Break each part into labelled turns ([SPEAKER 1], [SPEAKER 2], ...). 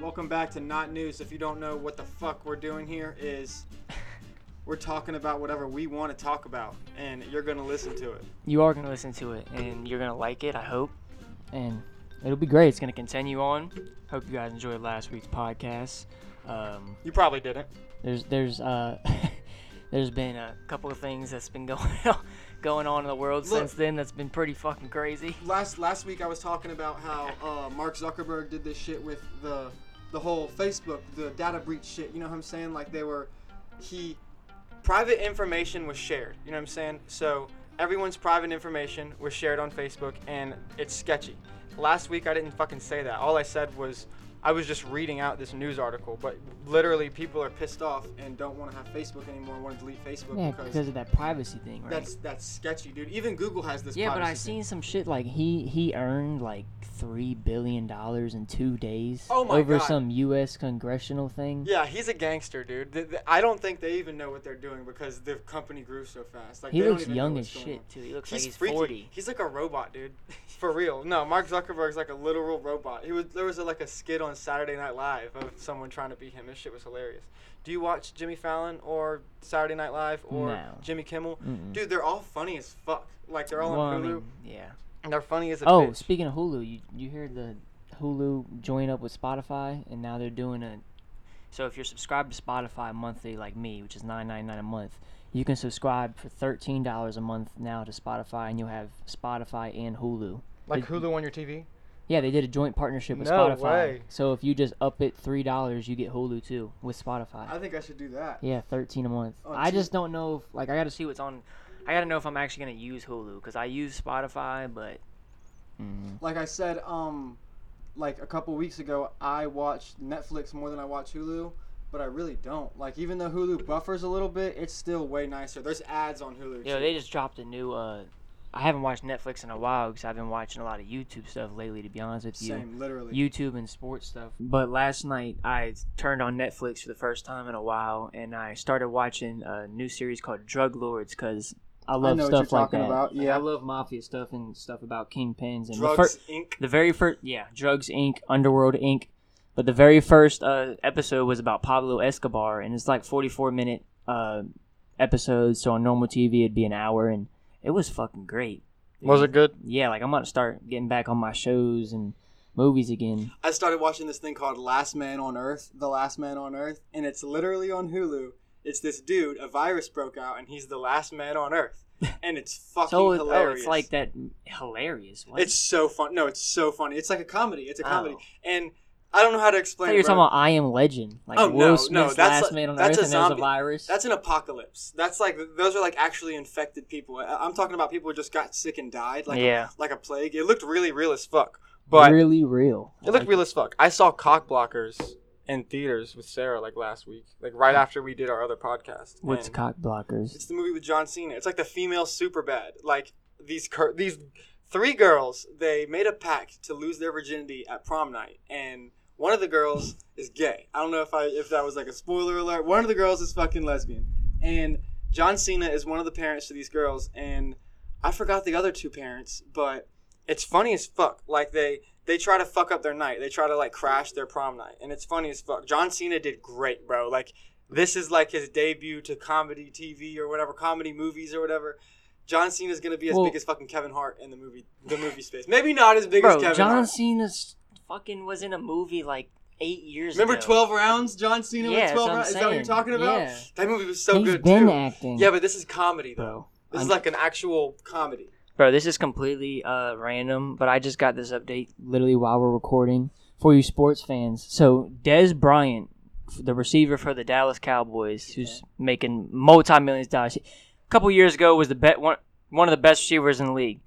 [SPEAKER 1] Welcome back to Not News. If you don't know what the fuck we're doing here is we're talking about whatever we want to talk about and you're going to listen to it.
[SPEAKER 2] You are going to listen to it and you're going to like it, I hope. And it'll be great. It's going to continue on. Hope you guys enjoyed last week's podcast. Um,
[SPEAKER 1] You probably didn't.
[SPEAKER 2] there's there's uh there's been a couple of things that's been going on, going on in the world
[SPEAKER 1] Look.
[SPEAKER 2] since then that's been pretty fucking crazy.
[SPEAKER 1] Last last week I was talking about how uh, Mark Zuckerberg did this shit with the the whole Facebook, the data breach shit. You know what I'm saying? Like they were he private information was shared. You know what I'm saying? So everyone's private information was shared on Facebook, and it's sketchy. Last week I didn't fucking say that. All I said was I was just reading out this news article, but literally people are pissed off and don't want to have Facebook anymore. Want to delete Facebook
[SPEAKER 2] Yeah,
[SPEAKER 1] because,
[SPEAKER 2] because of that privacy thing, right?
[SPEAKER 1] that's that's sketchy, dude. Even Google has this.
[SPEAKER 2] yeah, but
[SPEAKER 1] privacy
[SPEAKER 2] I
[SPEAKER 1] thing.
[SPEAKER 2] seen some shit like he he earned like three billion dollars in two days
[SPEAKER 1] Oh my
[SPEAKER 2] over
[SPEAKER 1] God.
[SPEAKER 2] some U.S. congressional thing.
[SPEAKER 1] Yeah, he's a gangster, dude. Th- th- I don't think they even know what they're doing because the company grew so fast. Like
[SPEAKER 2] he
[SPEAKER 1] they don't
[SPEAKER 2] looks
[SPEAKER 1] even know
[SPEAKER 2] young
[SPEAKER 1] what's
[SPEAKER 2] as
[SPEAKER 1] going
[SPEAKER 2] shit
[SPEAKER 1] on.
[SPEAKER 2] too. He looks
[SPEAKER 1] He's,
[SPEAKER 2] like he's
[SPEAKER 1] freaky.
[SPEAKER 2] forty.
[SPEAKER 1] He's like a robot, dude. For real. No, Mark Zuckerberg's like a literal robot. He was there was a, like a skit on Saturday Night Live of someone trying to be him. This shit was hilarious. Do you watch Jimmy Fallon or Saturday Night Live or
[SPEAKER 2] No.
[SPEAKER 1] Jimmy Kimmel?
[SPEAKER 2] Mm-mm.
[SPEAKER 1] Dude, they're all funny as fuck. Like they're all
[SPEAKER 2] Well, I
[SPEAKER 1] on Hulu
[SPEAKER 2] mean, yeah.
[SPEAKER 1] and they're funny as a
[SPEAKER 2] Oh,
[SPEAKER 1] bitch.
[SPEAKER 2] speaking of Hulu, you you heard the Hulu join up with Spotify, and now they're doing a. So if you're subscribed to Spotify monthly, like me, which is nine ninety nine a month, you can subscribe for thirteen dollars a month now to Spotify, and you'll have Spotify and Hulu.
[SPEAKER 1] like Hulu on your TV?
[SPEAKER 2] Yeah, they did a joint partnership with
[SPEAKER 1] No
[SPEAKER 2] Spotify.
[SPEAKER 1] way.
[SPEAKER 2] So if you just up it three dollars, you get Hulu too with Spotify.
[SPEAKER 1] I think I should do that.
[SPEAKER 2] Yeah, thirteen a month.
[SPEAKER 1] Oh,
[SPEAKER 2] I
[SPEAKER 1] cheap.
[SPEAKER 2] just don't know if like I gotta see what's on. I gotta know if I'm actually gonna use Hulu because I use Spotify, but mm.
[SPEAKER 1] like I said, um, like a couple weeks ago, I watch Netflix more than I watch Hulu, but I really don't. Like even though Hulu buffers a little bit, it's still way nicer. There's ads on Hulu.
[SPEAKER 2] you know
[SPEAKER 1] too.
[SPEAKER 2] they just dropped a new. uh I haven't watched Netflix in a while because I've been watching a lot of YouTube stuff lately. To be honest with you,
[SPEAKER 1] Same, literally.
[SPEAKER 2] YouTube and sports stuff. But last night I turned on Netflix for the first time in a while, and I started watching a new series called Drug Lords because I love
[SPEAKER 1] know what
[SPEAKER 2] stuff
[SPEAKER 1] you're
[SPEAKER 2] like
[SPEAKER 1] talking
[SPEAKER 2] that.
[SPEAKER 1] about,
[SPEAKER 2] Like,
[SPEAKER 1] yeah.
[SPEAKER 2] I love mafia stuff and stuff about kingpins and the
[SPEAKER 1] Drugs
[SPEAKER 2] fir-
[SPEAKER 1] Inc.
[SPEAKER 2] the very first yeah drugs inc underworld inc but the very first uh, episode was about pablo escobar and it's like 44 minute uh, episodes so on normal tv it'd be an hour and it was fucking great
[SPEAKER 1] Was it good?
[SPEAKER 2] yeah like i'm about to start getting back on my shows and movies again
[SPEAKER 1] I started watching this thing called Last Man on Earth, The Last Man on Earth, and it's literally on Hulu. It's this dude, a virus broke out, and he's the last man on Earth, and it's fucking
[SPEAKER 2] so it- oh,
[SPEAKER 1] hilarious.
[SPEAKER 2] it's like that hilarious what?
[SPEAKER 1] it's so fun. No, it's so funny. It's like a comedy. It's a comedy,
[SPEAKER 2] Oh.
[SPEAKER 1] and I don't know how to
[SPEAKER 2] I
[SPEAKER 1] explain.
[SPEAKER 2] thought
[SPEAKER 1] it,
[SPEAKER 2] you were
[SPEAKER 1] bro.
[SPEAKER 2] talking about I Am Legend, like
[SPEAKER 1] Oh, no,
[SPEAKER 2] Will
[SPEAKER 1] no,
[SPEAKER 2] Smith's
[SPEAKER 1] that's
[SPEAKER 2] Last
[SPEAKER 1] a-
[SPEAKER 2] Man on
[SPEAKER 1] that's
[SPEAKER 2] Earth,
[SPEAKER 1] a
[SPEAKER 2] and there's a
[SPEAKER 1] zombie.
[SPEAKER 2] virus.
[SPEAKER 1] That's an apocalypse. That's like those are like actually infected people. I- I'm talking about people who just got sick and died, like
[SPEAKER 2] yeah,
[SPEAKER 1] like a plague. It looked really real as fuck, but
[SPEAKER 2] really real.
[SPEAKER 1] it looked real as fuck. I saw cock blockers in theaters with Sarah like last week, like right after we did our other podcast.
[SPEAKER 2] What's
[SPEAKER 1] And
[SPEAKER 2] cock blockers?
[SPEAKER 1] It's the movie with John Cena. It's like the female super bad. Like these cur- these three girls, they made a pact to lose their virginity at prom night, and one of the girls is gay. I don't know if I if that was like a spoiler alert. One of the girls is fucking lesbian, and John Cena is one of the parents to these girls, and I forgot the other two parents, but it's funny as fuck. Like they they try to fuck up their night. They try to like crash their prom night, and it's funny as fuck. John Cena did great, bro. Like this is like his debut to comedy TV or whatever, comedy movies or whatever. John Cena's gonna be as
[SPEAKER 2] Well-
[SPEAKER 1] big as fucking Kevin Hart in the movie the movie space. Maybe not as big as
[SPEAKER 2] Bro,
[SPEAKER 1] Kevin
[SPEAKER 2] John
[SPEAKER 1] Hart.
[SPEAKER 2] Cena's fucking was in a movie like eight years
[SPEAKER 1] Remember
[SPEAKER 2] ago.
[SPEAKER 1] Twelve Rounds? John Cena
[SPEAKER 2] Yeah,
[SPEAKER 1] with
[SPEAKER 2] that's
[SPEAKER 1] Twelve
[SPEAKER 2] what I'm
[SPEAKER 1] Rounds. Is that what you're
[SPEAKER 2] saying.
[SPEAKER 1] talking about?
[SPEAKER 2] Yeah.
[SPEAKER 1] That movie was so
[SPEAKER 2] He's
[SPEAKER 1] good
[SPEAKER 2] been
[SPEAKER 1] too.
[SPEAKER 2] acting.
[SPEAKER 1] Yeah, but this is comedy though.
[SPEAKER 2] bro.
[SPEAKER 1] This
[SPEAKER 2] I'm-
[SPEAKER 1] is like an actual comedy.
[SPEAKER 2] Bro, this is completely uh, random, but I just got this update literally while we're recording for you sports fans. So, Des Bryant, f- the receiver for the Dallas Cowboys, who's making multi millions of dollars, a couple years ago was the bet one one of the best receivers in the league.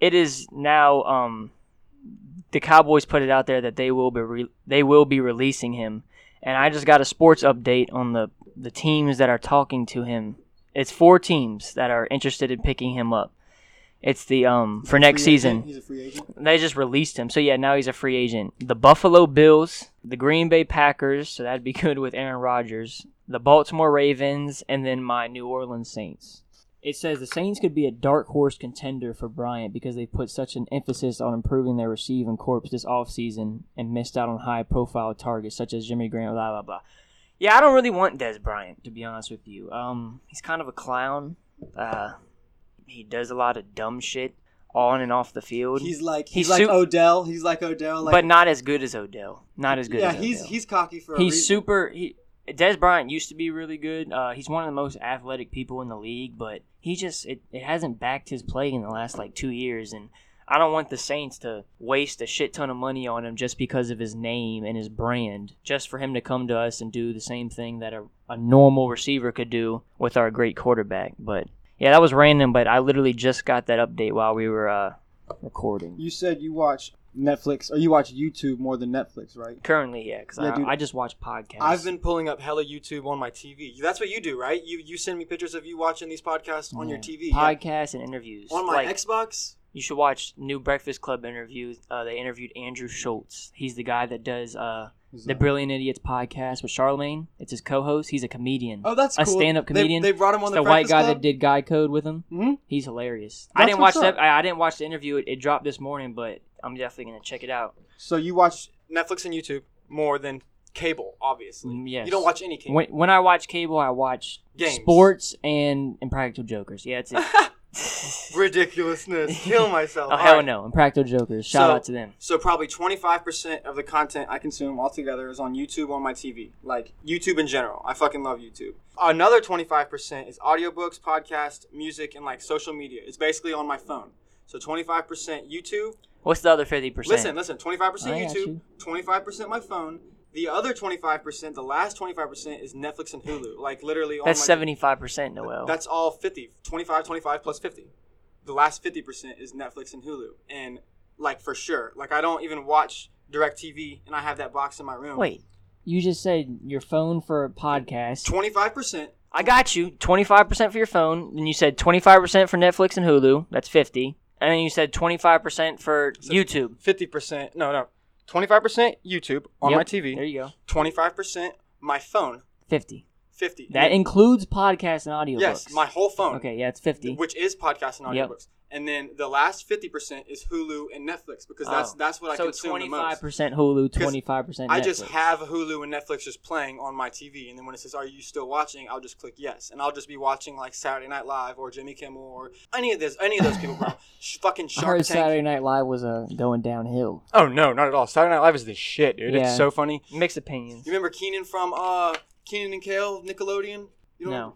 [SPEAKER 2] It is now um, the Cowboys put it out there that they will be re- they will be releasing him, and I just got a sports update on the the teams that are talking to him. It's four teams that are interested in picking him up. It's the um for next
[SPEAKER 1] Free agent.
[SPEAKER 2] season.
[SPEAKER 1] He's a free agent.
[SPEAKER 2] They just released him. So yeah, now he's a free agent. The Buffalo Bills, the Green Bay Packers, so that'd be good with Aaron Rodgers, the Baltimore Ravens, and then my New Orleans Saints. It says the Saints could be a dark horse contender for Bryant because they put such an emphasis on improving their receiving corps this offseason and missed out on high profile targets such as Jimmy Grant, blah, blah, blah. Yeah, I don't really want Des Bryant, to be honest with you. Um, he's kind of a clown. Uh, he does a lot of dumb shit on and off the field,
[SPEAKER 1] He's like
[SPEAKER 2] He's
[SPEAKER 1] he's, like
[SPEAKER 2] su-
[SPEAKER 1] Odell. He's like Odell. Like
[SPEAKER 2] but not as good as Odell. Not as good
[SPEAKER 1] yeah,
[SPEAKER 2] as Odell.
[SPEAKER 1] he's he's cocky for.
[SPEAKER 2] he's
[SPEAKER 1] a reason.
[SPEAKER 2] super. He Des Bryant used to be really good. Uh, he's one of the most athletic people in the league, but he just it, it hasn't backed his play in the last like two years, and I don't want the Saints to waste a shit ton of money on him just because of his name and his brand, just for him to come to us and do the same thing that a, a normal receiver could do with our great quarterback. But yeah, that was random, but I literally just got that update while we were uh, recording.
[SPEAKER 1] You said you watch Netflix or you watch YouTube more than Netflix, right?
[SPEAKER 2] Currently, yeah, because
[SPEAKER 1] Yeah, dude.
[SPEAKER 2] I, I just watch podcasts.
[SPEAKER 1] I've been pulling up hella YouTube on my TV. That's what you do, right? You you send me pictures of you watching these podcasts on your
[SPEAKER 2] Yeah.
[SPEAKER 1] TV. yeah.
[SPEAKER 2] podcasts and interviews
[SPEAKER 1] On my
[SPEAKER 2] Mm. like,
[SPEAKER 1] Xbox,
[SPEAKER 2] You should watch New Breakfast Club interviews. Uh, they interviewed Andrew Schultz. He's the guy that does uh, the Brilliant Idiots podcast with Charlemagne. It's his co-host. He's a comedian.
[SPEAKER 1] oh, that's
[SPEAKER 2] a
[SPEAKER 1] cool.
[SPEAKER 2] stand-up
[SPEAKER 1] They-
[SPEAKER 2] comedian.
[SPEAKER 1] They, brought him on the,
[SPEAKER 2] It's the white
[SPEAKER 1] Breakfast
[SPEAKER 2] guy
[SPEAKER 1] Club?
[SPEAKER 2] that did Guy Code with him.
[SPEAKER 1] Mhm.
[SPEAKER 2] He's hilarious. I
[SPEAKER 1] That's
[SPEAKER 2] didn't watch
[SPEAKER 1] what's up.
[SPEAKER 2] that. I, I didn't watch the interview. It, it dropped this morning, but I'm definitely gonna check it out.
[SPEAKER 1] So you watch Netflix and YouTube more than cable, obviously.
[SPEAKER 2] Mm, Yes.
[SPEAKER 1] You don't watch any cable.
[SPEAKER 2] when, when I watch cable, I watch
[SPEAKER 1] Games.
[SPEAKER 2] sports and Impractical Jokers. Yeah, that's it.
[SPEAKER 1] Ridiculousness. Kill myself.
[SPEAKER 2] oh
[SPEAKER 1] All
[SPEAKER 2] hell
[SPEAKER 1] right.
[SPEAKER 2] no, Impractical Jokers. Shout
[SPEAKER 1] So-
[SPEAKER 2] out to them.
[SPEAKER 1] So probably 25% of the content I consume altogether is on YouTube on my TV. Like YouTube in general. I fucking love YouTube. Another 25% is audiobooks, podcasts, music and like social media. It's basically on my phone. So 25% YouTube.
[SPEAKER 2] What's the other fifty percent? Oh,
[SPEAKER 1] Listen, listen. 25%
[SPEAKER 2] I got
[SPEAKER 1] YouTube,
[SPEAKER 2] you.
[SPEAKER 1] 25% my phone. The other 25%, the last 25% is Netflix and Hulu. Like literally on
[SPEAKER 2] that's
[SPEAKER 1] my
[SPEAKER 2] seventy five percent, Noel.
[SPEAKER 1] That's all 50, 25, 25 plus 50. The last 50% is Netflix and Hulu. And, like, for sure. Like, I don't even watch DirecTV, and I have that box in my room.
[SPEAKER 2] Wait, you just said your phone for a podcast.
[SPEAKER 1] 25%.
[SPEAKER 2] I got you. Twenty five percent for your phone. Then you said twenty five percent for Netflix and Hulu. That's fifty. And then you said twenty five percent for YouTube.
[SPEAKER 1] 50%. No, no. 25% YouTube on
[SPEAKER 2] Yep,
[SPEAKER 1] my
[SPEAKER 2] There
[SPEAKER 1] TV.
[SPEAKER 2] you go.
[SPEAKER 1] 25% my phone.
[SPEAKER 2] Fifty.
[SPEAKER 1] 50.
[SPEAKER 2] That
[SPEAKER 1] And-
[SPEAKER 2] includes podcasts and audiobooks.
[SPEAKER 1] Yes, my whole phone.
[SPEAKER 2] Okay, yeah, it's fifty.
[SPEAKER 1] Which is podcasts and
[SPEAKER 2] Yep.
[SPEAKER 1] audiobooks. And then the last 50% is Hulu and Netflix because that's
[SPEAKER 2] Oh.
[SPEAKER 1] that's what I
[SPEAKER 2] so
[SPEAKER 1] consume the most.
[SPEAKER 2] percent Hulu,
[SPEAKER 1] Because
[SPEAKER 2] twenty five percent.
[SPEAKER 1] I just have Hulu and Netflix just playing on my TV, and then when it says "Are you still watching?" I'll just click yes, and I'll just be watching like Saturday Night Live or Jimmy Kimmel or any of this, any of those people, bro. Sh- fucking
[SPEAKER 2] I
[SPEAKER 1] Shark
[SPEAKER 2] heard
[SPEAKER 1] Tank.
[SPEAKER 2] Saturday Night Live was uh, going downhill.
[SPEAKER 1] Oh no, not at all. Saturday Night Live is the shit, dude.
[SPEAKER 2] Yeah.
[SPEAKER 1] It's so funny.
[SPEAKER 2] Mixed opinions.
[SPEAKER 1] You remember Keenan from uh Keenan and Kale Nickelodeon? You
[SPEAKER 2] No.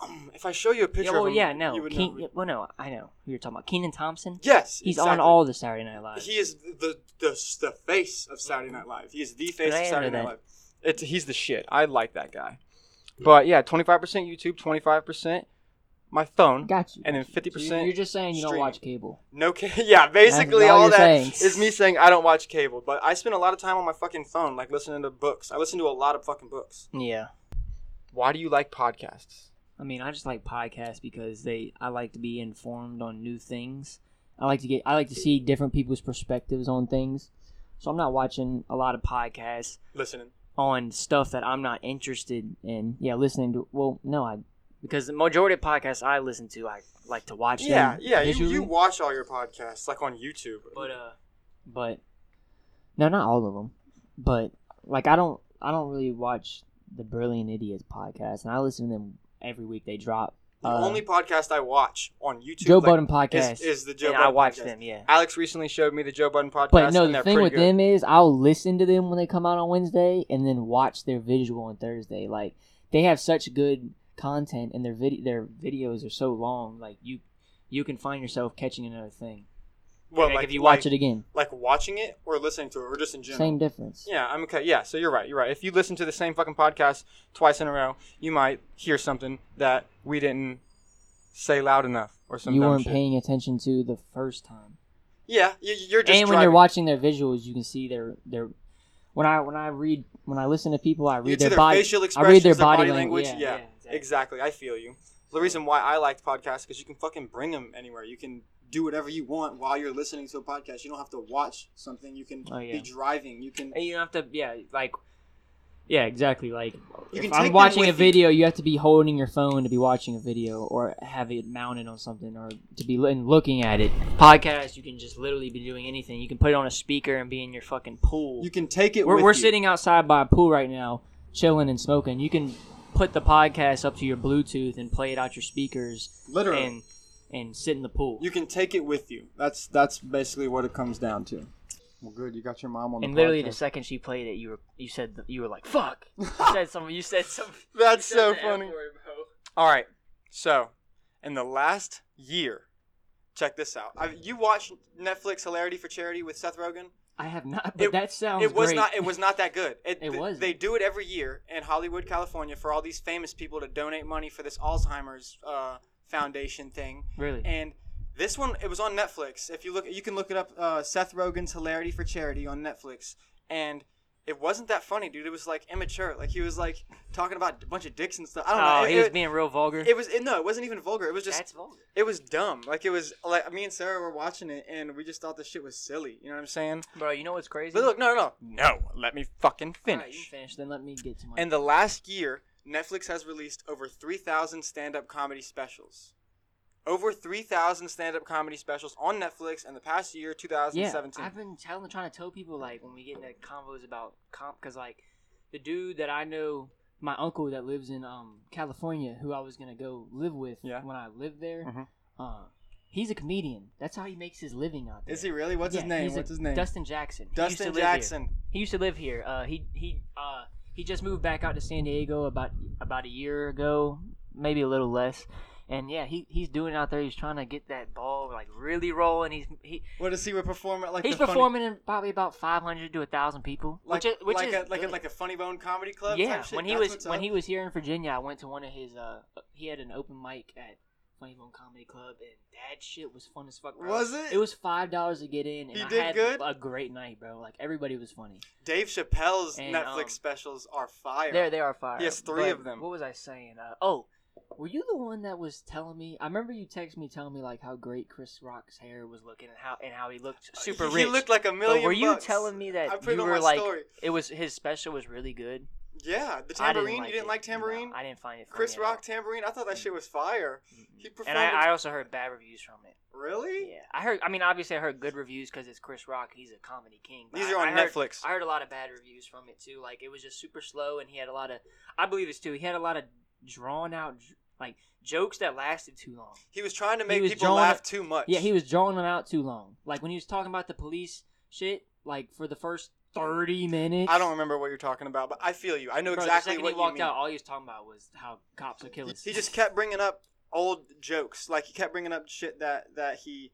[SPEAKER 1] Um, if I show you a
[SPEAKER 2] Yeah,
[SPEAKER 1] picture,
[SPEAKER 2] well,
[SPEAKER 1] of him,
[SPEAKER 2] yeah, no.
[SPEAKER 1] You would
[SPEAKER 2] Keen,
[SPEAKER 1] know.
[SPEAKER 2] well, no, I know who you're talking about. Keenan Thompson.
[SPEAKER 1] Yes,
[SPEAKER 2] He's on
[SPEAKER 1] exactly.
[SPEAKER 2] all the Saturday Night Live.
[SPEAKER 1] He is the, the the face of Saturday Night Live. He is the face
[SPEAKER 2] I
[SPEAKER 1] of Saturday
[SPEAKER 2] know
[SPEAKER 1] Night Live. It's he's the shit. I like that guy. But yeah, twenty five percent YouTube, twenty five percent my phone,
[SPEAKER 2] Got you.
[SPEAKER 1] and then fifty percent
[SPEAKER 2] just saying
[SPEAKER 1] you don't streaming. watch
[SPEAKER 2] cable.
[SPEAKER 1] no. Ca- yeah, basically
[SPEAKER 2] That's all
[SPEAKER 1] all
[SPEAKER 2] you're
[SPEAKER 1] that
[SPEAKER 2] saying.
[SPEAKER 1] is me saying I don't watch cable, but I spend a lot of time on my fucking phone, like listening to books. I listen to a lot of fucking books.
[SPEAKER 2] Yeah.
[SPEAKER 1] Why do you like podcasts?
[SPEAKER 2] I mean, I just like podcasts because they I like to be informed on new things. I like to get I like to see different people's perspectives on things. So I'm not watching a lot of podcasts
[SPEAKER 1] Listening.
[SPEAKER 2] on stuff that I'm not interested in. Yeah, listening to well, no, I because the majority of podcasts I listen to, I like to watch
[SPEAKER 1] Yeah,
[SPEAKER 2] them.
[SPEAKER 1] yeah. You,
[SPEAKER 2] visually.
[SPEAKER 1] you watch all your podcasts like on YouTube.
[SPEAKER 2] But uh, but no, not all of them. But like, I don't, I don't really watch the Brilliant Idiots podcast, and I listen to them every week. They drop
[SPEAKER 1] the
[SPEAKER 2] uh,
[SPEAKER 1] only podcast I watch on YouTube,
[SPEAKER 2] Joe
[SPEAKER 1] like,
[SPEAKER 2] Budden podcast,
[SPEAKER 1] is, is the Joe
[SPEAKER 2] and
[SPEAKER 1] Budden
[SPEAKER 2] I watch
[SPEAKER 1] podcast.
[SPEAKER 2] them. Yeah,
[SPEAKER 1] Alex recently showed me the Joe Budden podcast.
[SPEAKER 2] but no,
[SPEAKER 1] and
[SPEAKER 2] the
[SPEAKER 1] they're
[SPEAKER 2] thing
[SPEAKER 1] pretty
[SPEAKER 2] with
[SPEAKER 1] good.
[SPEAKER 2] them is I'll listen to them when they come out on Wednesday, and then watch their visual on Thursday. Like they have such good content, and their video, their videos are so long. Like you, you can find yourself catching another thing.
[SPEAKER 1] well,
[SPEAKER 2] like,
[SPEAKER 1] like,
[SPEAKER 2] if you watch
[SPEAKER 1] like,
[SPEAKER 2] it again,
[SPEAKER 1] like watching it or listening to it, or just in general.
[SPEAKER 2] same difference.
[SPEAKER 1] Yeah, I'm okay. Yeah, so you're right. You're right. If you listen to the same fucking podcast twice in a row, you might hear something that we didn't say loud enough or some
[SPEAKER 2] you
[SPEAKER 1] dumb
[SPEAKER 2] weren't
[SPEAKER 1] shit.
[SPEAKER 2] paying attention to the first time.
[SPEAKER 1] Yeah, you, you're just
[SPEAKER 2] and when you're
[SPEAKER 1] driving.
[SPEAKER 2] watching their visuals, you can see their their. When I when I read when I listen to people, I
[SPEAKER 1] You
[SPEAKER 2] read
[SPEAKER 1] see
[SPEAKER 2] their,
[SPEAKER 1] their
[SPEAKER 2] body.
[SPEAKER 1] facial
[SPEAKER 2] I read
[SPEAKER 1] expressions,
[SPEAKER 2] their
[SPEAKER 1] their
[SPEAKER 2] body,
[SPEAKER 1] body
[SPEAKER 2] language.
[SPEAKER 1] language,
[SPEAKER 2] Yeah,
[SPEAKER 1] yeah, exactly. I feel you. The reason why I liked podcasts because you can fucking bring them anywhere. You can do whatever you want while you're listening to a podcast. You don't have to watch something. You can
[SPEAKER 2] Oh, yeah.
[SPEAKER 1] be driving. You can
[SPEAKER 2] And you don't have to. Yeah, like Yeah, exactly. Like
[SPEAKER 1] You
[SPEAKER 2] if
[SPEAKER 1] can take
[SPEAKER 2] I'm
[SPEAKER 1] them
[SPEAKER 2] watching
[SPEAKER 1] with
[SPEAKER 2] a
[SPEAKER 1] you.
[SPEAKER 2] video, you have to be holding your phone to be watching a video, or have it mounted on something, or to be li- and looking at it. Podcast, you can just literally be doing anything. You can put it on a speaker and be in your fucking pool.
[SPEAKER 1] You can take it.
[SPEAKER 2] we're
[SPEAKER 1] with
[SPEAKER 2] we're
[SPEAKER 1] you.
[SPEAKER 2] sitting outside by a pool right now, chilling and smoking. You can put the podcast up to your Bluetooth and play it out your speakers
[SPEAKER 1] literally.
[SPEAKER 2] and and sit in the pool.
[SPEAKER 1] You can take it with you. That's that's basically what it comes down to. Well, good. You got your mom on
[SPEAKER 2] and
[SPEAKER 1] the
[SPEAKER 2] literally, the
[SPEAKER 1] podcast.
[SPEAKER 2] second she played it, you were you said you were like fuck. You said some. You said some.
[SPEAKER 1] That's so funny. All right. So, in the last year, check this out. I, you watched Netflix Hilarity for Charity with Seth Rogen?
[SPEAKER 2] I have not. But that sounds.
[SPEAKER 1] it was
[SPEAKER 2] great.
[SPEAKER 1] not it was not that good. It,
[SPEAKER 2] It
[SPEAKER 1] th-
[SPEAKER 2] wasn't.
[SPEAKER 1] They do it every year in Hollywood, California for all these famous people to donate money for this Alzheimer's uh, foundation thing.
[SPEAKER 2] really.
[SPEAKER 1] And this one, it was on Netflix. If you look, you can look it up. Uh, Seth Rogen's "Hilarity for Charity" on Netflix, and it wasn't that funny, dude. It was like immature. Like he was like talking about a bunch of dicks and stuff. I don't
[SPEAKER 2] Oh,
[SPEAKER 1] know. It,
[SPEAKER 2] he was
[SPEAKER 1] it-
[SPEAKER 2] being real vulgar.
[SPEAKER 1] it was it, no, it wasn't even vulgar. It was just
[SPEAKER 2] That's vulgar.
[SPEAKER 1] it was dumb. Like it was like me and Sarah were watching it, and we just thought the shit was silly. You know what I'm saying?
[SPEAKER 2] Bro, you know what's crazy?
[SPEAKER 1] But look, no, no, no. No, let me fucking
[SPEAKER 2] All right, you
[SPEAKER 1] finish.
[SPEAKER 2] finish. Then let me get to my.
[SPEAKER 1] In the last year, Netflix has released over 3,000 stand up comedy specials. Over 3,000 stand up comedy specials on Netflix in the past year,
[SPEAKER 2] yeah,
[SPEAKER 1] 2017.
[SPEAKER 2] I've been telling, trying to tell people like when we get into convos about comp, because like the dude that I know, my uncle that lives in um California, who I was gonna go live with
[SPEAKER 1] Yeah.
[SPEAKER 2] when I lived there,
[SPEAKER 1] Mhm.
[SPEAKER 2] uh, he's a comedian. That's how he makes his living out there.
[SPEAKER 1] Is he really? What's his
[SPEAKER 2] Yeah,
[SPEAKER 1] name?
[SPEAKER 2] he's a-
[SPEAKER 1] What's his name?
[SPEAKER 2] Dustin Jackson. He used to
[SPEAKER 1] Dustin
[SPEAKER 2] live here.
[SPEAKER 1] Jackson.
[SPEAKER 2] He used to live here. Uh, he he uh, he just moved back out to San Diego about about a year ago, maybe a little less. And yeah, he, he's doing it out there. He's trying to get that ball like really rolling. He's he,
[SPEAKER 1] What does he would perform at? Like
[SPEAKER 2] he's
[SPEAKER 1] the funny-
[SPEAKER 2] performing in probably about five hundred to thousand people,
[SPEAKER 1] like,
[SPEAKER 2] which is, which
[SPEAKER 1] like
[SPEAKER 2] is
[SPEAKER 1] a, like a,
[SPEAKER 2] good.
[SPEAKER 1] like a funny bone comedy club.
[SPEAKER 2] yeah.
[SPEAKER 1] type shit?
[SPEAKER 2] When he
[SPEAKER 1] That's
[SPEAKER 2] was
[SPEAKER 1] what's
[SPEAKER 2] when
[SPEAKER 1] up?
[SPEAKER 2] he was here in Virginia, I went to one of his uh he had an open mic at Funny Bone Comedy Club, and that shit was fun as fuck. Bro.
[SPEAKER 1] was it?
[SPEAKER 2] It was five dollars to get in, and
[SPEAKER 1] He
[SPEAKER 2] I
[SPEAKER 1] did
[SPEAKER 2] had
[SPEAKER 1] good?
[SPEAKER 2] a great night, bro. Like everybody was funny.
[SPEAKER 1] Dave Chappelle's
[SPEAKER 2] And,
[SPEAKER 1] Netflix
[SPEAKER 2] um,
[SPEAKER 1] specials are fire.
[SPEAKER 2] There, they are fire.
[SPEAKER 1] Yes, three
[SPEAKER 2] But
[SPEAKER 1] of them.
[SPEAKER 2] What was I saying? Uh, oh, were you the one that was telling me? I remember you text me telling me like how great Chris Rock's hair was looking and how and how he looked super
[SPEAKER 1] Uh, he,
[SPEAKER 2] rich.
[SPEAKER 1] He looked like a
[SPEAKER 2] But
[SPEAKER 1] million.
[SPEAKER 2] were you
[SPEAKER 1] bucks.
[SPEAKER 2] telling me that
[SPEAKER 1] I put it
[SPEAKER 2] you
[SPEAKER 1] on
[SPEAKER 2] were
[SPEAKER 1] my
[SPEAKER 2] like
[SPEAKER 1] story.
[SPEAKER 2] it was his special was really good?
[SPEAKER 1] Yeah, the
[SPEAKER 2] I
[SPEAKER 1] tambourine. you didn't
[SPEAKER 2] it.
[SPEAKER 1] like tambourine?
[SPEAKER 2] No, I didn't find it. Funny
[SPEAKER 1] Chris
[SPEAKER 2] at all. Mm-hmm.
[SPEAKER 1] Rock tambourine. I thought that shit was fire. He
[SPEAKER 2] Mm-mm.
[SPEAKER 1] performed.
[SPEAKER 2] and I, I also heard bad reviews from it.
[SPEAKER 1] really?
[SPEAKER 2] Yeah, I heard. I mean, obviously, I heard good reviews because it's Chris Rock. He's a comedy king. but
[SPEAKER 1] These
[SPEAKER 2] I-
[SPEAKER 1] are on
[SPEAKER 2] I heard-
[SPEAKER 1] Netflix.
[SPEAKER 2] I heard a lot of bad reviews from it too. Like it was just super slow, and he had a lot of. I believe this too. He had a lot of drawn out like jokes that lasted too long.
[SPEAKER 1] He was trying to
[SPEAKER 2] He
[SPEAKER 1] make
[SPEAKER 2] was
[SPEAKER 1] people
[SPEAKER 2] drawing
[SPEAKER 1] laugh
[SPEAKER 2] up-
[SPEAKER 1] too much.
[SPEAKER 2] Yeah, he was drawing them out too long. Like when he was talking about the police shit, like for the first thirty minutes.
[SPEAKER 1] I don't remember what you're talking about, but I feel you. I know
[SPEAKER 2] Bro,
[SPEAKER 1] exactly
[SPEAKER 2] the second
[SPEAKER 1] what
[SPEAKER 2] he walked
[SPEAKER 1] you mean.
[SPEAKER 2] out, all he was talking about was how cops are killing.
[SPEAKER 1] He, he just kept bringing up old jokes. Like he kept bringing up shit that that he,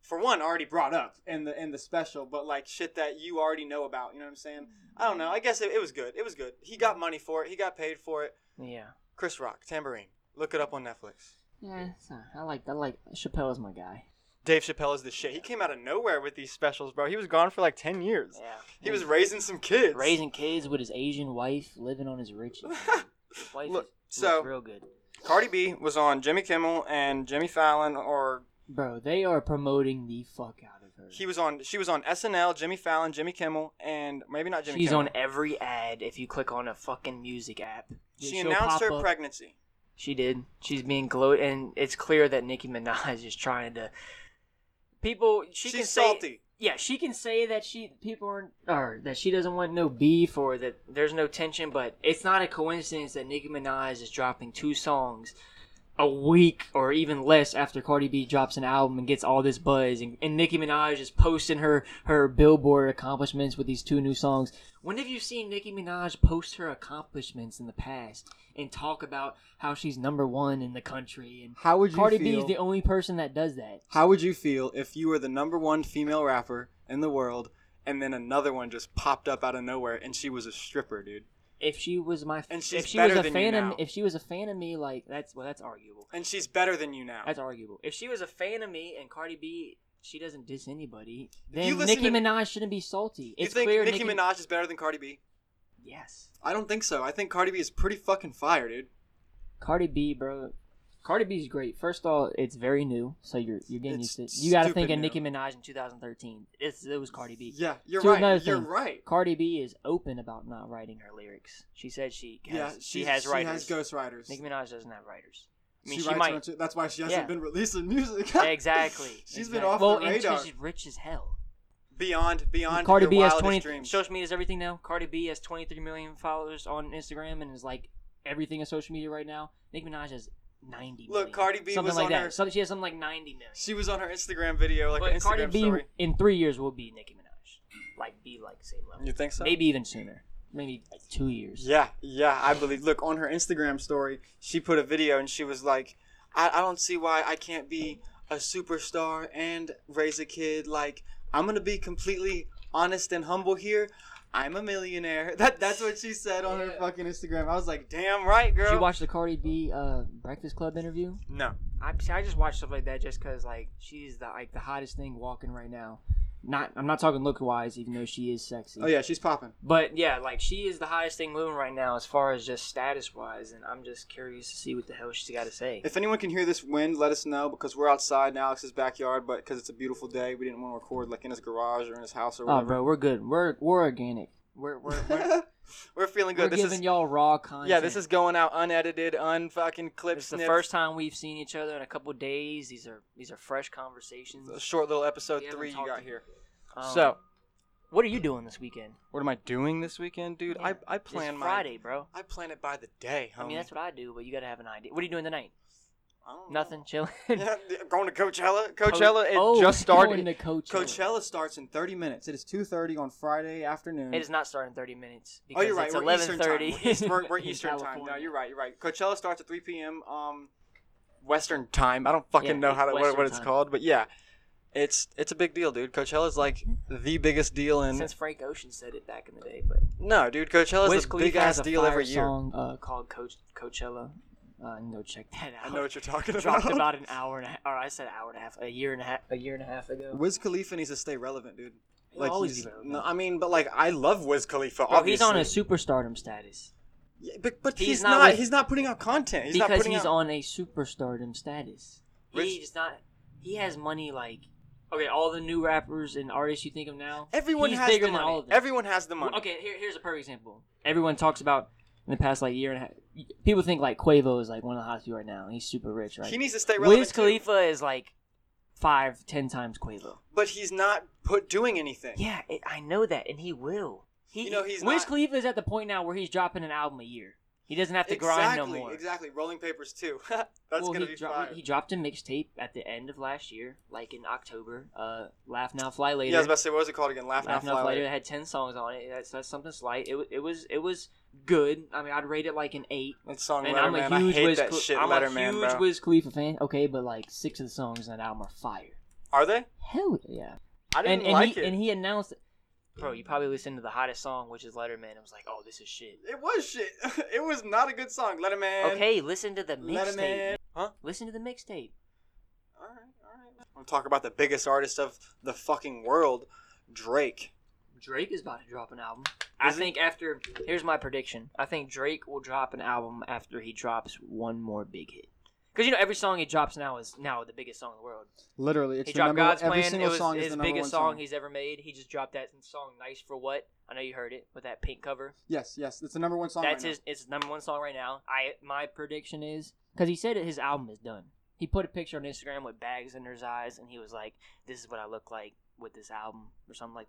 [SPEAKER 1] for one, already brought up in the in the special, but like shit that you already know about. You know what I'm saying? I don't know. I guess it, it was good. It was good. He got money for it. He got paid for it.
[SPEAKER 2] Yeah.
[SPEAKER 1] Chris Rock, Tambourine. Look it up on Netflix.
[SPEAKER 2] Yeah, it's not- I like I like Chappelle's my guy.
[SPEAKER 1] Dave Chappelle is the shit. He came out of nowhere with these specials, bro. He was gone for like ten years.
[SPEAKER 2] Yeah.
[SPEAKER 1] He was raising some kids.
[SPEAKER 2] raising kids with his Asian wife, living on his riches. His wife
[SPEAKER 1] Look,
[SPEAKER 2] is,
[SPEAKER 1] so-
[SPEAKER 2] looks real good.
[SPEAKER 1] Cardi B was on Jimmy Kimmel and Jimmy Fallon, or
[SPEAKER 2] Bro, they are promoting the fuck out of her.
[SPEAKER 1] he was on. She was on SNL, Jimmy Fallon, Jimmy Kimmel, and maybe not Jimmy.
[SPEAKER 2] She's
[SPEAKER 1] Kimmel.
[SPEAKER 2] on every ad if you click on a fucking music app.
[SPEAKER 1] She
[SPEAKER 2] She'll
[SPEAKER 1] announced
[SPEAKER 2] pop
[SPEAKER 1] her
[SPEAKER 2] up.
[SPEAKER 1] pregnancy.
[SPEAKER 2] She did. She's being gloated, and it's clear that Nicki Minaj is trying to. People, she
[SPEAKER 1] She's
[SPEAKER 2] can say,
[SPEAKER 1] salty.
[SPEAKER 2] Yeah, she can say that she people aren't or that she doesn't want no beef or that there's no tension, but it's not a coincidence that Nicki Minaj is dropping two songs a week or even less after Cardi B drops an album and gets all this buzz and, and Nicki Minaj is posting her her billboard accomplishments with these two new songs. When have you seen Nicki Minaj post her accomplishments in the past and talk about how she's number one in the country and
[SPEAKER 1] How would you
[SPEAKER 2] Cardi B
[SPEAKER 1] feel?
[SPEAKER 2] is the only person that does that.
[SPEAKER 1] How would you feel if you were the number one female rapper in the world, and then another one just popped up out of nowhere, and she was a stripper, dude?
[SPEAKER 2] if she was my
[SPEAKER 1] And she's
[SPEAKER 2] if she
[SPEAKER 1] better
[SPEAKER 2] was a
[SPEAKER 1] than you
[SPEAKER 2] fan
[SPEAKER 1] now.
[SPEAKER 2] of if she was a fan of me like that's well that's arguable
[SPEAKER 1] And she's better than you now.
[SPEAKER 2] that's arguable if she was a fan of me and Cardi B she doesn't diss anybody
[SPEAKER 1] you
[SPEAKER 2] then
[SPEAKER 1] listen
[SPEAKER 2] Nicki
[SPEAKER 1] to-
[SPEAKER 2] Minaj shouldn't be salty
[SPEAKER 1] you
[SPEAKER 2] it's
[SPEAKER 1] think
[SPEAKER 2] clear
[SPEAKER 1] Nicki,
[SPEAKER 2] Nicki
[SPEAKER 1] Minaj is better than Cardi B?
[SPEAKER 2] yes
[SPEAKER 1] I don't think so. I think Cardi B is pretty fucking fire, dude.
[SPEAKER 2] Cardi B bro Cardi B's great. First of all, it's very new, so you're you're getting
[SPEAKER 1] It's
[SPEAKER 2] used to. it. You got to
[SPEAKER 1] stupid
[SPEAKER 2] think of
[SPEAKER 1] new.
[SPEAKER 2] Nicki Minaj in 2013. It's, it was Cardi B.
[SPEAKER 1] Yeah, you're
[SPEAKER 2] To another
[SPEAKER 1] right. You're
[SPEAKER 2] thing.
[SPEAKER 1] right.
[SPEAKER 2] Cardi B is open about not writing her lyrics. She said she has,
[SPEAKER 1] yeah,
[SPEAKER 2] she, has writers.
[SPEAKER 1] She has ghostwriters.
[SPEAKER 2] Nicki Minaj doesn't have writers. I mean,
[SPEAKER 1] she writes
[SPEAKER 2] she,
[SPEAKER 1] her own
[SPEAKER 2] might
[SPEAKER 1] shit. That's why she hasn't
[SPEAKER 2] Yeah.
[SPEAKER 1] been releasing music.
[SPEAKER 2] exactly.
[SPEAKER 1] She's
[SPEAKER 2] She's
[SPEAKER 1] been off
[SPEAKER 2] well,
[SPEAKER 1] the
[SPEAKER 2] and 'cause
[SPEAKER 1] radar.
[SPEAKER 2] she's rich as hell.
[SPEAKER 1] Beyond, beyond.
[SPEAKER 2] Cardi
[SPEAKER 1] your
[SPEAKER 2] B has
[SPEAKER 1] wildest
[SPEAKER 2] 20
[SPEAKER 1] dreams.
[SPEAKER 2] social media is everything now. Cardi B has 23 million followers on Instagram and is like everything in social media right now. Nicki Minaj has 90
[SPEAKER 1] Look,
[SPEAKER 2] million.
[SPEAKER 1] Cardi B
[SPEAKER 2] something
[SPEAKER 1] was
[SPEAKER 2] like
[SPEAKER 1] on
[SPEAKER 2] that.
[SPEAKER 1] her-
[SPEAKER 2] Some- she has something like 90 million.
[SPEAKER 1] She was on her Instagram video, like
[SPEAKER 2] but
[SPEAKER 1] an Instagram
[SPEAKER 2] Cardi B
[SPEAKER 1] story.
[SPEAKER 2] in 3 years will be Nicki Minaj. Like be like same level.
[SPEAKER 1] You think so?
[SPEAKER 2] Maybe even sooner. Maybe like 2 years.
[SPEAKER 1] Yeah, yeah, I believe. Look, on her Instagram story, she put a video and she was like, I, I don't see why I can't be a superstar and raise a kid. Like, I'm going to be completely honest and humble here. I'm a millionaire. That That's what she said on her
[SPEAKER 2] Yeah.
[SPEAKER 1] fucking Instagram. I was like, damn right,
[SPEAKER 2] Did
[SPEAKER 1] girl.
[SPEAKER 2] you watch the Cardi B uh, Breakfast Club interview?
[SPEAKER 1] no.
[SPEAKER 2] I, see, I just watch stuff like that just because like she's the like the hottest thing walking right now. Not I'm not talking look wise, even though she is sexy.
[SPEAKER 1] Oh, yeah, she's popping.
[SPEAKER 2] But yeah, like she is the hottest thing moving right now as far as just status wise, and I'm just curious to see what the hell she's got to say.
[SPEAKER 1] If anyone can hear this wind, let us know because we're outside in Alex's backyard, but because it's a beautiful day, we didn't want to record like in his garage or in his house or
[SPEAKER 2] Oh,
[SPEAKER 1] whatever.
[SPEAKER 2] bro, we're good. We're we're organic. We're we're we're,
[SPEAKER 1] we're feeling
[SPEAKER 2] we're
[SPEAKER 1] good. this
[SPEAKER 2] giving
[SPEAKER 1] is
[SPEAKER 2] y'all raw content.
[SPEAKER 1] Yeah, this is going out unedited, unfucking clip
[SPEAKER 2] It's the
[SPEAKER 1] snipped.
[SPEAKER 2] first time we've seen each other in a couple days. These are these are fresh conversations.
[SPEAKER 1] A short little episode
[SPEAKER 2] We haven't
[SPEAKER 1] three you
[SPEAKER 2] talked
[SPEAKER 1] got
[SPEAKER 2] to-
[SPEAKER 1] here.
[SPEAKER 2] Um,
[SPEAKER 1] so,
[SPEAKER 2] what are you doing this weekend?
[SPEAKER 1] what am I doing this weekend, dude? I,
[SPEAKER 2] Man,
[SPEAKER 1] I
[SPEAKER 2] It's
[SPEAKER 1] plan my
[SPEAKER 2] Friday, bro.
[SPEAKER 1] I plan it by the day, homie.
[SPEAKER 2] I mean, that's what I do, but you gotta have an idea. What are you doing tonight?
[SPEAKER 1] I don't know.
[SPEAKER 2] Nothing, chilling.
[SPEAKER 1] Yeah, yeah, going to Coachella. Coachella. It
[SPEAKER 2] Oh,
[SPEAKER 1] just
[SPEAKER 2] going
[SPEAKER 1] started.
[SPEAKER 2] to Coachella.
[SPEAKER 1] Coachella starts in 30 minutes. It is 2:30 on Friday afternoon.
[SPEAKER 2] It is not starting thirty minutes.
[SPEAKER 1] Oh,
[SPEAKER 2] Because
[SPEAKER 1] you're right.
[SPEAKER 2] It's
[SPEAKER 1] We're Eastern time. We're,
[SPEAKER 2] 11:30
[SPEAKER 1] East- we're- we're
[SPEAKER 2] in
[SPEAKER 1] Eastern time. No,
[SPEAKER 2] California.
[SPEAKER 1] you're right. You're right. Coachella starts at 3 p.m. Um, Western time. I don't fucking
[SPEAKER 2] Yeah,
[SPEAKER 1] know how to, what,
[SPEAKER 2] Western
[SPEAKER 1] what it's
[SPEAKER 2] time.
[SPEAKER 1] called, but yeah, it's it's a big deal, dude. Coachella's like the biggest deal in.
[SPEAKER 2] Since Frank Ocean said it back in the day, but
[SPEAKER 1] no, dude. Coachella's
[SPEAKER 2] Wiz
[SPEAKER 1] a
[SPEAKER 2] Khalifa
[SPEAKER 1] big
[SPEAKER 2] has
[SPEAKER 1] ass
[SPEAKER 2] a
[SPEAKER 1] deal
[SPEAKER 2] fire
[SPEAKER 1] every year.
[SPEAKER 2] song uh, called Coach Coachella. Uh, and go check that out.
[SPEAKER 1] I know what you're talking
[SPEAKER 2] Dropped
[SPEAKER 1] about.
[SPEAKER 2] about an hour and a half, or I said hour and a half, a year and a half, a year and a half ago.
[SPEAKER 1] Wiz Khalifa needs to stay relevant, dude.
[SPEAKER 2] He'll
[SPEAKER 1] Like
[SPEAKER 2] always
[SPEAKER 1] he's,
[SPEAKER 2] be relevant.
[SPEAKER 1] no, I mean, but like I love Wiz Khalifa.
[SPEAKER 2] Bro, Oh, he's on a
[SPEAKER 1] obviously.
[SPEAKER 2] superstardom status
[SPEAKER 1] Yeah, but but he's,
[SPEAKER 2] He's
[SPEAKER 1] not.
[SPEAKER 2] not with-
[SPEAKER 1] he's not putting out content. He's not
[SPEAKER 2] because
[SPEAKER 1] putting
[SPEAKER 2] he's
[SPEAKER 1] out.
[SPEAKER 2] on a superstardom status.
[SPEAKER 1] Rich-
[SPEAKER 2] He's not. He has money like okay, all the new rappers and artists you think of now.
[SPEAKER 1] Everyone
[SPEAKER 2] he's
[SPEAKER 1] has
[SPEAKER 2] bigger
[SPEAKER 1] the
[SPEAKER 2] than
[SPEAKER 1] money.
[SPEAKER 2] all of them.
[SPEAKER 1] Everyone has the money.
[SPEAKER 2] Okay, here, here's a perfect example. Everyone talks about in the past like year and a half. People think like Quavo is like one of the hottest people right now. and He's super rich, right?
[SPEAKER 1] He needs to stay relevant.
[SPEAKER 2] Wiz
[SPEAKER 1] too.
[SPEAKER 2] Khalifa is like five, ten times Quavo.
[SPEAKER 1] but he's not put doing anything.
[SPEAKER 2] Yeah, it, I know that, and he will. He,
[SPEAKER 1] You know, he's
[SPEAKER 2] Wiz
[SPEAKER 1] not-
[SPEAKER 2] Khalifa is at the point now where he's dropping an album a year. He doesn't have to grind no
[SPEAKER 1] exactly,
[SPEAKER 2] more.
[SPEAKER 1] exactly. Rolling papers too. That's
[SPEAKER 2] well,
[SPEAKER 1] gonna
[SPEAKER 2] he,
[SPEAKER 1] be
[SPEAKER 2] dro-
[SPEAKER 1] fire.
[SPEAKER 2] he dropped a mixtape at the end of last year, like in October. Uh, Laugh Now, Fly Later.
[SPEAKER 1] yeah, I was about to say, what was it called again? Laugh,
[SPEAKER 2] Laugh
[SPEAKER 1] now,
[SPEAKER 2] Now
[SPEAKER 1] fly
[SPEAKER 2] Later.
[SPEAKER 1] later.
[SPEAKER 2] It had ten songs on it. That's, that's something slight. It, wa- it was it was good. I mean, I'd rate it like an eight.
[SPEAKER 1] That song
[SPEAKER 2] And
[SPEAKER 1] Letterman.
[SPEAKER 2] I'm a
[SPEAKER 1] I
[SPEAKER 2] huge
[SPEAKER 1] hate
[SPEAKER 2] Wiz.
[SPEAKER 1] that
[SPEAKER 2] Khal-
[SPEAKER 1] shit.
[SPEAKER 2] I'm
[SPEAKER 1] Letterman,
[SPEAKER 2] a huge
[SPEAKER 1] bro.
[SPEAKER 2] Wiz Khalifa fan. Okay, but like six of the songs on that album are fire.
[SPEAKER 1] Are they?
[SPEAKER 2] Hell yeah!
[SPEAKER 1] I didn't
[SPEAKER 2] and and
[SPEAKER 1] like
[SPEAKER 2] he
[SPEAKER 1] it. Mm.
[SPEAKER 2] and he announced, bro, you probably listened to the hottest song, which is Letterman. I was like, oh, this is shit.
[SPEAKER 1] it was shit. it was not a good song. Letterman.
[SPEAKER 2] okay, listen to the mixtape.
[SPEAKER 1] Letterman.
[SPEAKER 2] man.
[SPEAKER 1] Huh?
[SPEAKER 2] Listen to the mixtape.
[SPEAKER 1] All right, all right. I'm gonna talk about the biggest artist of the fucking world, Drake.
[SPEAKER 2] Drake is about to drop an album. I
[SPEAKER 1] Is he?
[SPEAKER 2] think after here's my prediction. I think Drake will drop an album after he drops one more big hit. Because you know every song he drops now is now the biggest song in the world.
[SPEAKER 1] Literally,
[SPEAKER 2] he dropped God's Plan. It was his biggest song he's ever made. He just dropped that song "Nice for What." I know you heard it with that pink cover.
[SPEAKER 1] Yes, yes, it's the number one song.
[SPEAKER 2] That's his. It's his number one song right now. I my prediction is because he said that his album is done. He put a picture on Instagram with bags under his eyes, and he was like, "This is what I look like with this album," or something like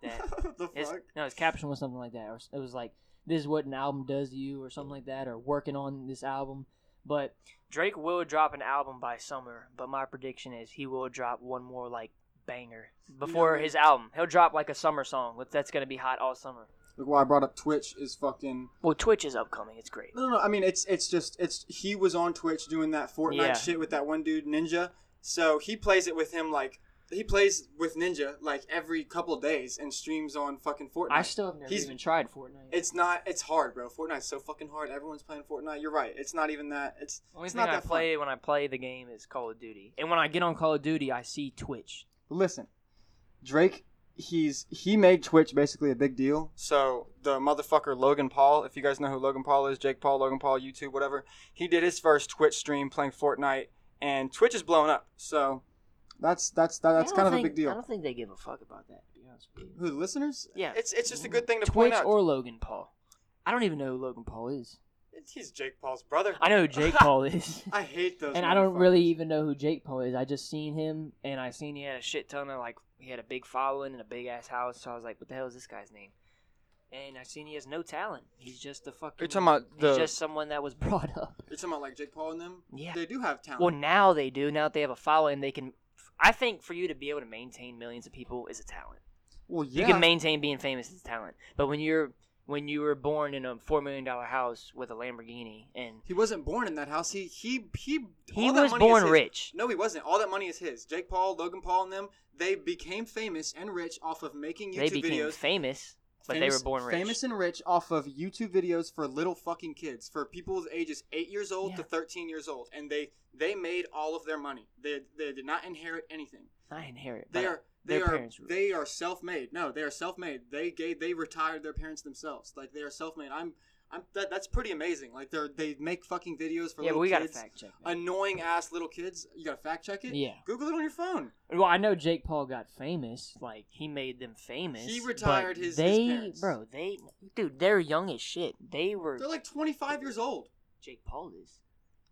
[SPEAKER 2] that.
[SPEAKER 1] the
[SPEAKER 2] His,
[SPEAKER 1] fuck?
[SPEAKER 2] no, his caption was something like that, or s- it was like, "This is what an album does to you," or something like that, or working on this album. But Drake will drop an album by summer, but my prediction is he will drop one more like banger before
[SPEAKER 1] what?
[SPEAKER 2] his album. He'll drop like a summer song with- that's gonna be hot all summer.
[SPEAKER 1] Look why I brought up Twitch is fucking.
[SPEAKER 2] Well, Twitch is upcoming; it's great.
[SPEAKER 1] No, no, no. I mean, it's it's just it's he was on Twitch doing that Fortnite
[SPEAKER 2] Yeah.
[SPEAKER 1] shit with that one dude Ninja. So he plays it with him like he plays with Ninja like every couple days and streams on fucking Fortnite.
[SPEAKER 2] I still have never
[SPEAKER 1] He's-
[SPEAKER 2] even tried Fortnite.
[SPEAKER 1] it's not. It's hard, bro. Fortnite's so fucking hard. Everyone's playing Fortnite. You're right. It's not even that. It's
[SPEAKER 2] Only
[SPEAKER 1] it's
[SPEAKER 2] thing
[SPEAKER 1] not
[SPEAKER 2] I
[SPEAKER 1] that fun.
[SPEAKER 2] play when I play the game is Call of Duty, and when I get on Call of Duty, I see Twitch.
[SPEAKER 3] listen, Drake, he's he made Twitch basically a big deal.
[SPEAKER 1] So the motherfucker Logan Paul, if you guys know who Logan Paul is, Jake Paul, Logan Paul, YouTube, whatever, he did his first Twitch stream playing Fortnite and Twitch is blowing up. So
[SPEAKER 3] That's that's that, that's
[SPEAKER 4] I don't
[SPEAKER 3] kind of a
[SPEAKER 4] think-
[SPEAKER 3] big
[SPEAKER 4] I
[SPEAKER 3] deal.
[SPEAKER 4] don't think they give a fuck about that. To be honest with you.
[SPEAKER 3] Who the listeners?
[SPEAKER 4] Yeah,
[SPEAKER 1] it's it's just a good thing to point
[SPEAKER 2] Twitch
[SPEAKER 1] out.
[SPEAKER 2] or Logan Paul. I don't even know who Logan Paul is.
[SPEAKER 1] He's Jake Paul's brother.
[SPEAKER 2] I know who Jake Paul is.
[SPEAKER 1] I hate those.
[SPEAKER 2] And I don't really
[SPEAKER 1] motherfuckers.
[SPEAKER 2] even know who Jake Paul is. I just seen him and I seen he had a shit ton of like he had a big following and a big ass house, so I was like, What the hell is this guy's name? And I seen he has no talent. He's just a fucking
[SPEAKER 1] You're talking about the-
[SPEAKER 2] he's just someone that was brought up.
[SPEAKER 1] You're talking about like Jake Paul and them.
[SPEAKER 2] Yeah.
[SPEAKER 1] They do have talent.
[SPEAKER 2] Well now they do, now that they have a following they can I think for you to be able to maintain millions of people is a talent.
[SPEAKER 3] Well,
[SPEAKER 2] You
[SPEAKER 3] yeah.
[SPEAKER 2] can maintain being famous is a talent. But when you're when you were born in a four million dollar house with a Lamborghini and
[SPEAKER 1] he wasn't born in that house. He he he.
[SPEAKER 2] he
[SPEAKER 1] all that
[SPEAKER 2] was
[SPEAKER 1] money is
[SPEAKER 2] born
[SPEAKER 1] his.
[SPEAKER 2] rich.
[SPEAKER 1] No, he wasn't. All that money is his. Jake Paul, Logan Paul, and them. They became famous and rich off of making
[SPEAKER 2] They
[SPEAKER 1] YouTube
[SPEAKER 2] became
[SPEAKER 1] videos.
[SPEAKER 2] famous, but
[SPEAKER 3] Famous-
[SPEAKER 2] they were born rich.
[SPEAKER 3] famous
[SPEAKER 1] and rich off of YouTube videos for little fucking kids, for people's ages eight years old to
[SPEAKER 2] Yeah.
[SPEAKER 1] thirteen years old, and they they made all of their money. They they did not inherit anything.
[SPEAKER 2] I inherit.
[SPEAKER 1] They
[SPEAKER 2] but
[SPEAKER 1] are they
[SPEAKER 2] their
[SPEAKER 1] are
[SPEAKER 2] parents were-
[SPEAKER 1] they are self made. No, they are self made. They gave they retired their parents themselves. Like they are self made. I'm I'm that, that's pretty amazing. Like they're they make fucking videos for
[SPEAKER 2] yeah, but
[SPEAKER 1] little
[SPEAKER 2] we gotta
[SPEAKER 1] kids.
[SPEAKER 2] fact check. that.
[SPEAKER 1] Annoying ass little kids. You gotta fact check it.
[SPEAKER 2] Yeah.
[SPEAKER 1] Google it on your phone.
[SPEAKER 2] Well, I know Jake Paul got famous. Like he made them famous.
[SPEAKER 1] He
[SPEAKER 2] but
[SPEAKER 1] retired his- his
[SPEAKER 2] They,
[SPEAKER 1] parents.
[SPEAKER 2] bro, they, dude, they're young as shit. They were
[SPEAKER 1] They're like 25 years old.
[SPEAKER 2] Jake Paul is.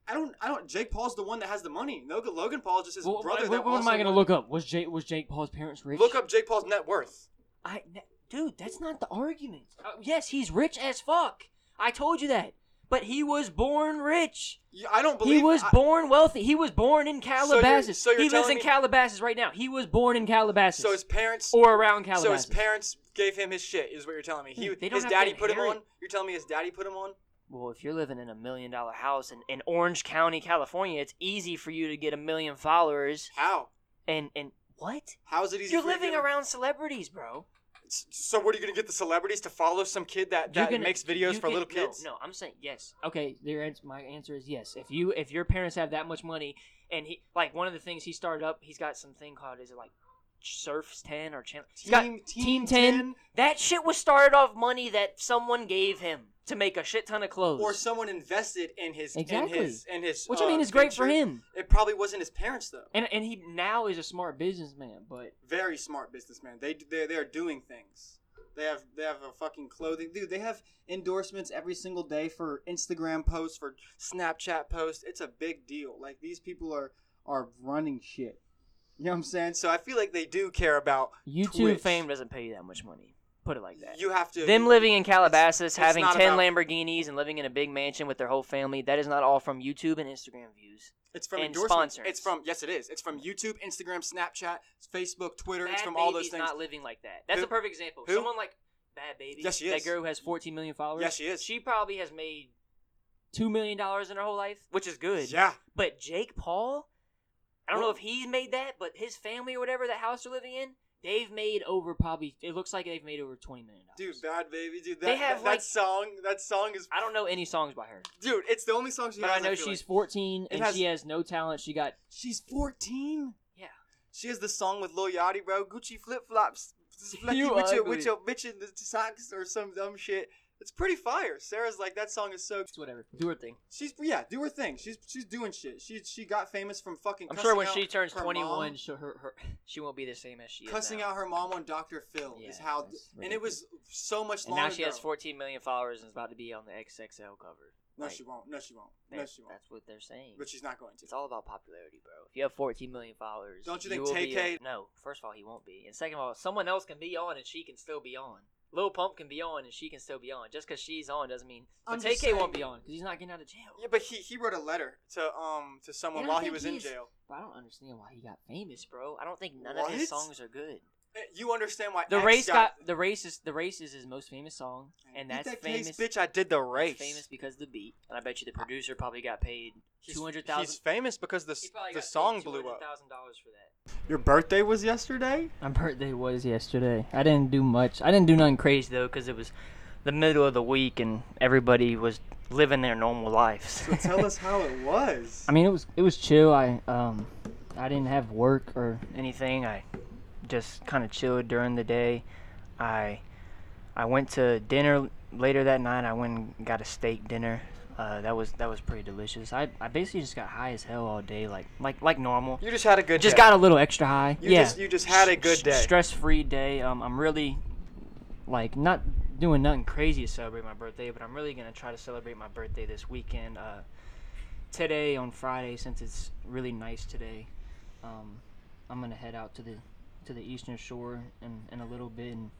[SPEAKER 1] I don't. I don't. Jake Paul's the one that has the money. Logan, Logan Paul is just his
[SPEAKER 2] Well,
[SPEAKER 1] brother.
[SPEAKER 2] what,
[SPEAKER 1] that
[SPEAKER 2] what am
[SPEAKER 1] also
[SPEAKER 2] I gonna
[SPEAKER 1] won-
[SPEAKER 2] look up? Was Jake was Jake Paul's parents rich?
[SPEAKER 1] Look up Jake Paul's net worth.
[SPEAKER 2] I, n- dude, that's not the argument. Uh, yes, he's rich as fuck. I told you that. But he was born rich.
[SPEAKER 1] You- I don't believe
[SPEAKER 2] He was
[SPEAKER 1] I-
[SPEAKER 2] born wealthy. He was born
[SPEAKER 1] you're-
[SPEAKER 2] in Calabasas.
[SPEAKER 1] so you're
[SPEAKER 2] he lives
[SPEAKER 1] telling
[SPEAKER 2] in
[SPEAKER 1] me-
[SPEAKER 2] Calabasas right now. He was born in Calabasas.
[SPEAKER 1] So his parents.
[SPEAKER 2] or around Calabasas.
[SPEAKER 1] So his parents gave him his shit. Is what you're telling me. He,
[SPEAKER 2] Dude, they don't
[SPEAKER 1] his
[SPEAKER 2] have to
[SPEAKER 1] daddy put him
[SPEAKER 2] inherit.
[SPEAKER 1] on. You're telling me his daddy put him on.
[SPEAKER 2] Well, if you're living in a million dollar house in, in Orange County, California, it's easy for you to get a million followers
[SPEAKER 1] How? and
[SPEAKER 2] and and what?
[SPEAKER 1] How is it easy?
[SPEAKER 2] You're
[SPEAKER 1] for you to
[SPEAKER 2] living
[SPEAKER 1] get-
[SPEAKER 2] around celebrities, bro.
[SPEAKER 1] S- So what are you gonna get the celebrities to follow some kid that,
[SPEAKER 2] You're
[SPEAKER 1] that
[SPEAKER 2] gonna-
[SPEAKER 1] makes videos
[SPEAKER 2] you
[SPEAKER 1] for
[SPEAKER 2] can-
[SPEAKER 1] little
[SPEAKER 2] no,
[SPEAKER 1] kids?
[SPEAKER 2] No, I'm saying yes. Okay, their ans- my answer is yes. If you if your parents have that much money and he like one of the things he started up, he's got some thing called is it like Surfs Ten or Channel he's got
[SPEAKER 1] Team- Team 10.
[SPEAKER 2] That shit was started off money that someone gave him to make a shit ton of clothes.
[SPEAKER 1] Or someone invested in his
[SPEAKER 2] Exactly.
[SPEAKER 1] in his in his
[SPEAKER 2] which I
[SPEAKER 1] uh,
[SPEAKER 2] mean is great for
[SPEAKER 1] venture.
[SPEAKER 2] him.
[SPEAKER 1] It probably wasn't his parents though.
[SPEAKER 2] And and he now is a smart businessman, but
[SPEAKER 1] very smart businessman. They they they are doing things. They have they have a fucking clothing dude. They have endorsements every single day for Instagram posts, for Snapchat posts. It's a big deal. Like these people are
[SPEAKER 3] are running shit. You know what I'm saying?
[SPEAKER 1] and so I feel like they do care about
[SPEAKER 2] YouTube
[SPEAKER 1] Twitch.
[SPEAKER 2] fame doesn't pay you that much money. Put it like that.
[SPEAKER 1] You have to
[SPEAKER 2] Them living in Calabasas,
[SPEAKER 1] it's
[SPEAKER 2] having
[SPEAKER 1] not
[SPEAKER 2] ten
[SPEAKER 1] about-
[SPEAKER 2] Lamborghinis, and living in a big mansion with their whole family—that is not all from YouTube and Instagram views.
[SPEAKER 1] It's from
[SPEAKER 2] and
[SPEAKER 1] endorsements.
[SPEAKER 2] sponsors.
[SPEAKER 1] It's from yes, it is. It's from YouTube, Instagram, Snapchat, Facebook, Twitter.
[SPEAKER 2] Bad
[SPEAKER 1] it's from all those
[SPEAKER 2] Baby's
[SPEAKER 1] things.
[SPEAKER 2] not living like that. That's
[SPEAKER 1] Who-
[SPEAKER 2] a perfect example.
[SPEAKER 1] who?
[SPEAKER 2] Someone like Bad Baby,
[SPEAKER 1] Yes, she
[SPEAKER 2] that
[SPEAKER 1] is.
[SPEAKER 2] girl who has 14 million followers.
[SPEAKER 1] Yes, she is.
[SPEAKER 2] She probably has made two million dollars in her whole life, which is good.
[SPEAKER 1] Yeah,
[SPEAKER 2] But Jake Paul, I don't know
[SPEAKER 1] Well-
[SPEAKER 2] if he's made that, but his family or whatever, that house they're living in, they've made over probably. It looks like they've made over 20 million dollars.
[SPEAKER 1] dude, bad baby, dude. That,
[SPEAKER 2] They have,
[SPEAKER 1] that,
[SPEAKER 2] like-
[SPEAKER 1] that song. That song is
[SPEAKER 2] I don't know any songs by her.
[SPEAKER 1] dude. It's the only song she
[SPEAKER 2] But I
[SPEAKER 1] has.
[SPEAKER 2] know
[SPEAKER 1] feel
[SPEAKER 2] she's
[SPEAKER 1] like.
[SPEAKER 2] 14
[SPEAKER 1] It
[SPEAKER 2] and
[SPEAKER 1] has-
[SPEAKER 2] she has no talent. She got
[SPEAKER 1] she's fourteen.
[SPEAKER 2] yeah.
[SPEAKER 1] She has the song with Lil Yachty, bro. Gucci flip flops.
[SPEAKER 2] You
[SPEAKER 1] with your, with
[SPEAKER 2] ugly.
[SPEAKER 1] your bitch in the socks or some dumb shit. It's pretty fire. Sarah's like that song is so.
[SPEAKER 2] It's whatever. Do her thing.
[SPEAKER 1] She's yeah, do her thing. She's she's doing shit. She she got famous from fucking.
[SPEAKER 2] I'm sure
[SPEAKER 1] cussing
[SPEAKER 2] when
[SPEAKER 1] out
[SPEAKER 2] she turns
[SPEAKER 1] her mom-
[SPEAKER 2] 21, she her, her she won't be the same as she is
[SPEAKER 1] cussing
[SPEAKER 2] now.
[SPEAKER 1] out her mom on Dr. Phil is
[SPEAKER 2] Yeah,
[SPEAKER 1] how,
[SPEAKER 2] that's
[SPEAKER 1] and it was so much
[SPEAKER 2] And
[SPEAKER 1] longer.
[SPEAKER 2] now she has
[SPEAKER 1] ago.
[SPEAKER 2] 14 million followers and is about to be on the XXL cover.
[SPEAKER 1] No,
[SPEAKER 2] Like,
[SPEAKER 1] she won't. No, she won't.
[SPEAKER 2] that-
[SPEAKER 1] No, she won't.
[SPEAKER 2] That's what they're saying.
[SPEAKER 1] But she's not going to.
[SPEAKER 2] It's all about popularity, bro. If you have 14 million followers,
[SPEAKER 1] Don't you think
[SPEAKER 2] will be
[SPEAKER 1] TK
[SPEAKER 2] a- no, first of all, he won't be, and second of all, someone else can be on and she can still be on. Lil Pump can be on and she can still be on. Just because she's on doesn't mean. But
[SPEAKER 1] I'm
[SPEAKER 2] TK
[SPEAKER 1] just
[SPEAKER 2] won't
[SPEAKER 1] saying-
[SPEAKER 2] be on because he's not getting out of jail.
[SPEAKER 1] Yeah, but he he wrote a letter to um to someone
[SPEAKER 2] And I
[SPEAKER 1] while he
[SPEAKER 2] think
[SPEAKER 1] was in
[SPEAKER 2] he's-
[SPEAKER 1] jail.
[SPEAKER 2] But I don't understand why he got famous, bro. I don't think none of
[SPEAKER 1] What?
[SPEAKER 2] his songs are good.
[SPEAKER 1] Eh, You understand why
[SPEAKER 2] The
[SPEAKER 1] X
[SPEAKER 2] race
[SPEAKER 1] got,
[SPEAKER 2] got, the race is the race is his most famous song, and
[SPEAKER 1] Beat
[SPEAKER 2] that's
[SPEAKER 1] that case,
[SPEAKER 2] famous.
[SPEAKER 1] bitch. I did the race.
[SPEAKER 2] It's famous because of the beat, and I bet you the producer probably got paid
[SPEAKER 1] He's-
[SPEAKER 2] two hundred
[SPEAKER 1] He's
[SPEAKER 2] thousand.
[SPEAKER 1] famous because the the song blew up.
[SPEAKER 2] Thousand dollars for that.
[SPEAKER 1] Your birthday was yesterday.
[SPEAKER 2] My birthday was yesterday. I didn't do much. I didn't do nothing crazy though, because it was the middle of the week and everybody was living their normal lives.
[SPEAKER 1] So tell us how it was.
[SPEAKER 2] I mean, it was it was chill. I um, I didn't have work or anything. I just kind of chilled during the day. I I went to dinner later that night. I went and got a steak dinner. Uh, that was that was pretty delicious. I, I basically just got high as hell all day, like like like normal.
[SPEAKER 1] You just had a good.
[SPEAKER 2] Just
[SPEAKER 1] day.
[SPEAKER 2] got a little extra high.
[SPEAKER 1] You
[SPEAKER 2] yeah.
[SPEAKER 1] just you just had a good day.
[SPEAKER 2] Stress free day. Um, I'm really like not doing nothing crazy to celebrate my birthday, but I'm really gonna try to celebrate my birthday this weekend. Uh, today on Friday, since it's really nice today, um, I'm gonna head out to the to the eastern shore in, in a little bit and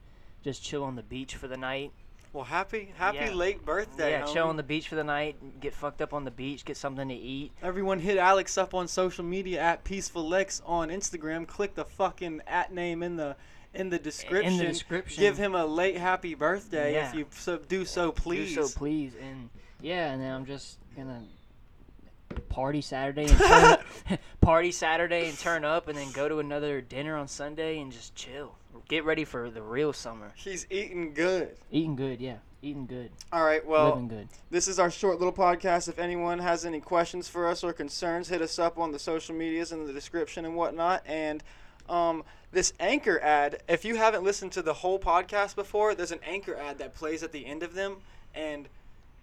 [SPEAKER 2] just chill on the beach for the night.
[SPEAKER 1] Well, happy happy
[SPEAKER 2] Yeah.
[SPEAKER 1] late birthday.
[SPEAKER 2] yeah, chill
[SPEAKER 1] homie.
[SPEAKER 2] on the beach for the night, get fucked up on the beach, get something to eat.
[SPEAKER 1] Everyone hit Alex up on social media at Peaceful Lex on Instagram. Click the fucking at name in the in the description.
[SPEAKER 2] description.
[SPEAKER 1] Give him a late happy birthday if
[SPEAKER 2] Yeah.
[SPEAKER 1] you so, do so, please.
[SPEAKER 2] Do so please, and yeah, and then I'm just gonna party Saturday and turn, party Saturday and turn up, and then go to another dinner on Sunday and just chill. Get ready for the real summer.
[SPEAKER 1] He's eating good.
[SPEAKER 2] Eating good, yeah, eating good,
[SPEAKER 1] All right. Well,
[SPEAKER 2] living good.
[SPEAKER 1] This is our short little podcast. If anyone has any questions for us or concerns, hit us up on the social medias in the description and whatnot. And um, this anchor ad, if you haven't listened to the whole podcast before, there's an anchor ad that plays at the end of them. And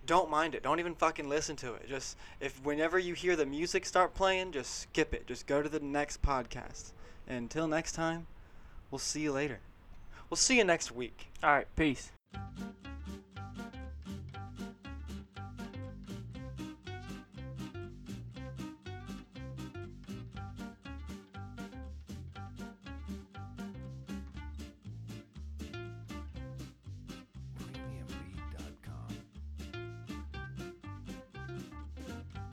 [SPEAKER 1] don't mind it. Don't even fucking listen to it. Just if whenever you hear the music start playing, just skip it. Just go to the next podcast. And until next time, we'll see you later. We'll see you next week.
[SPEAKER 2] All right, peace.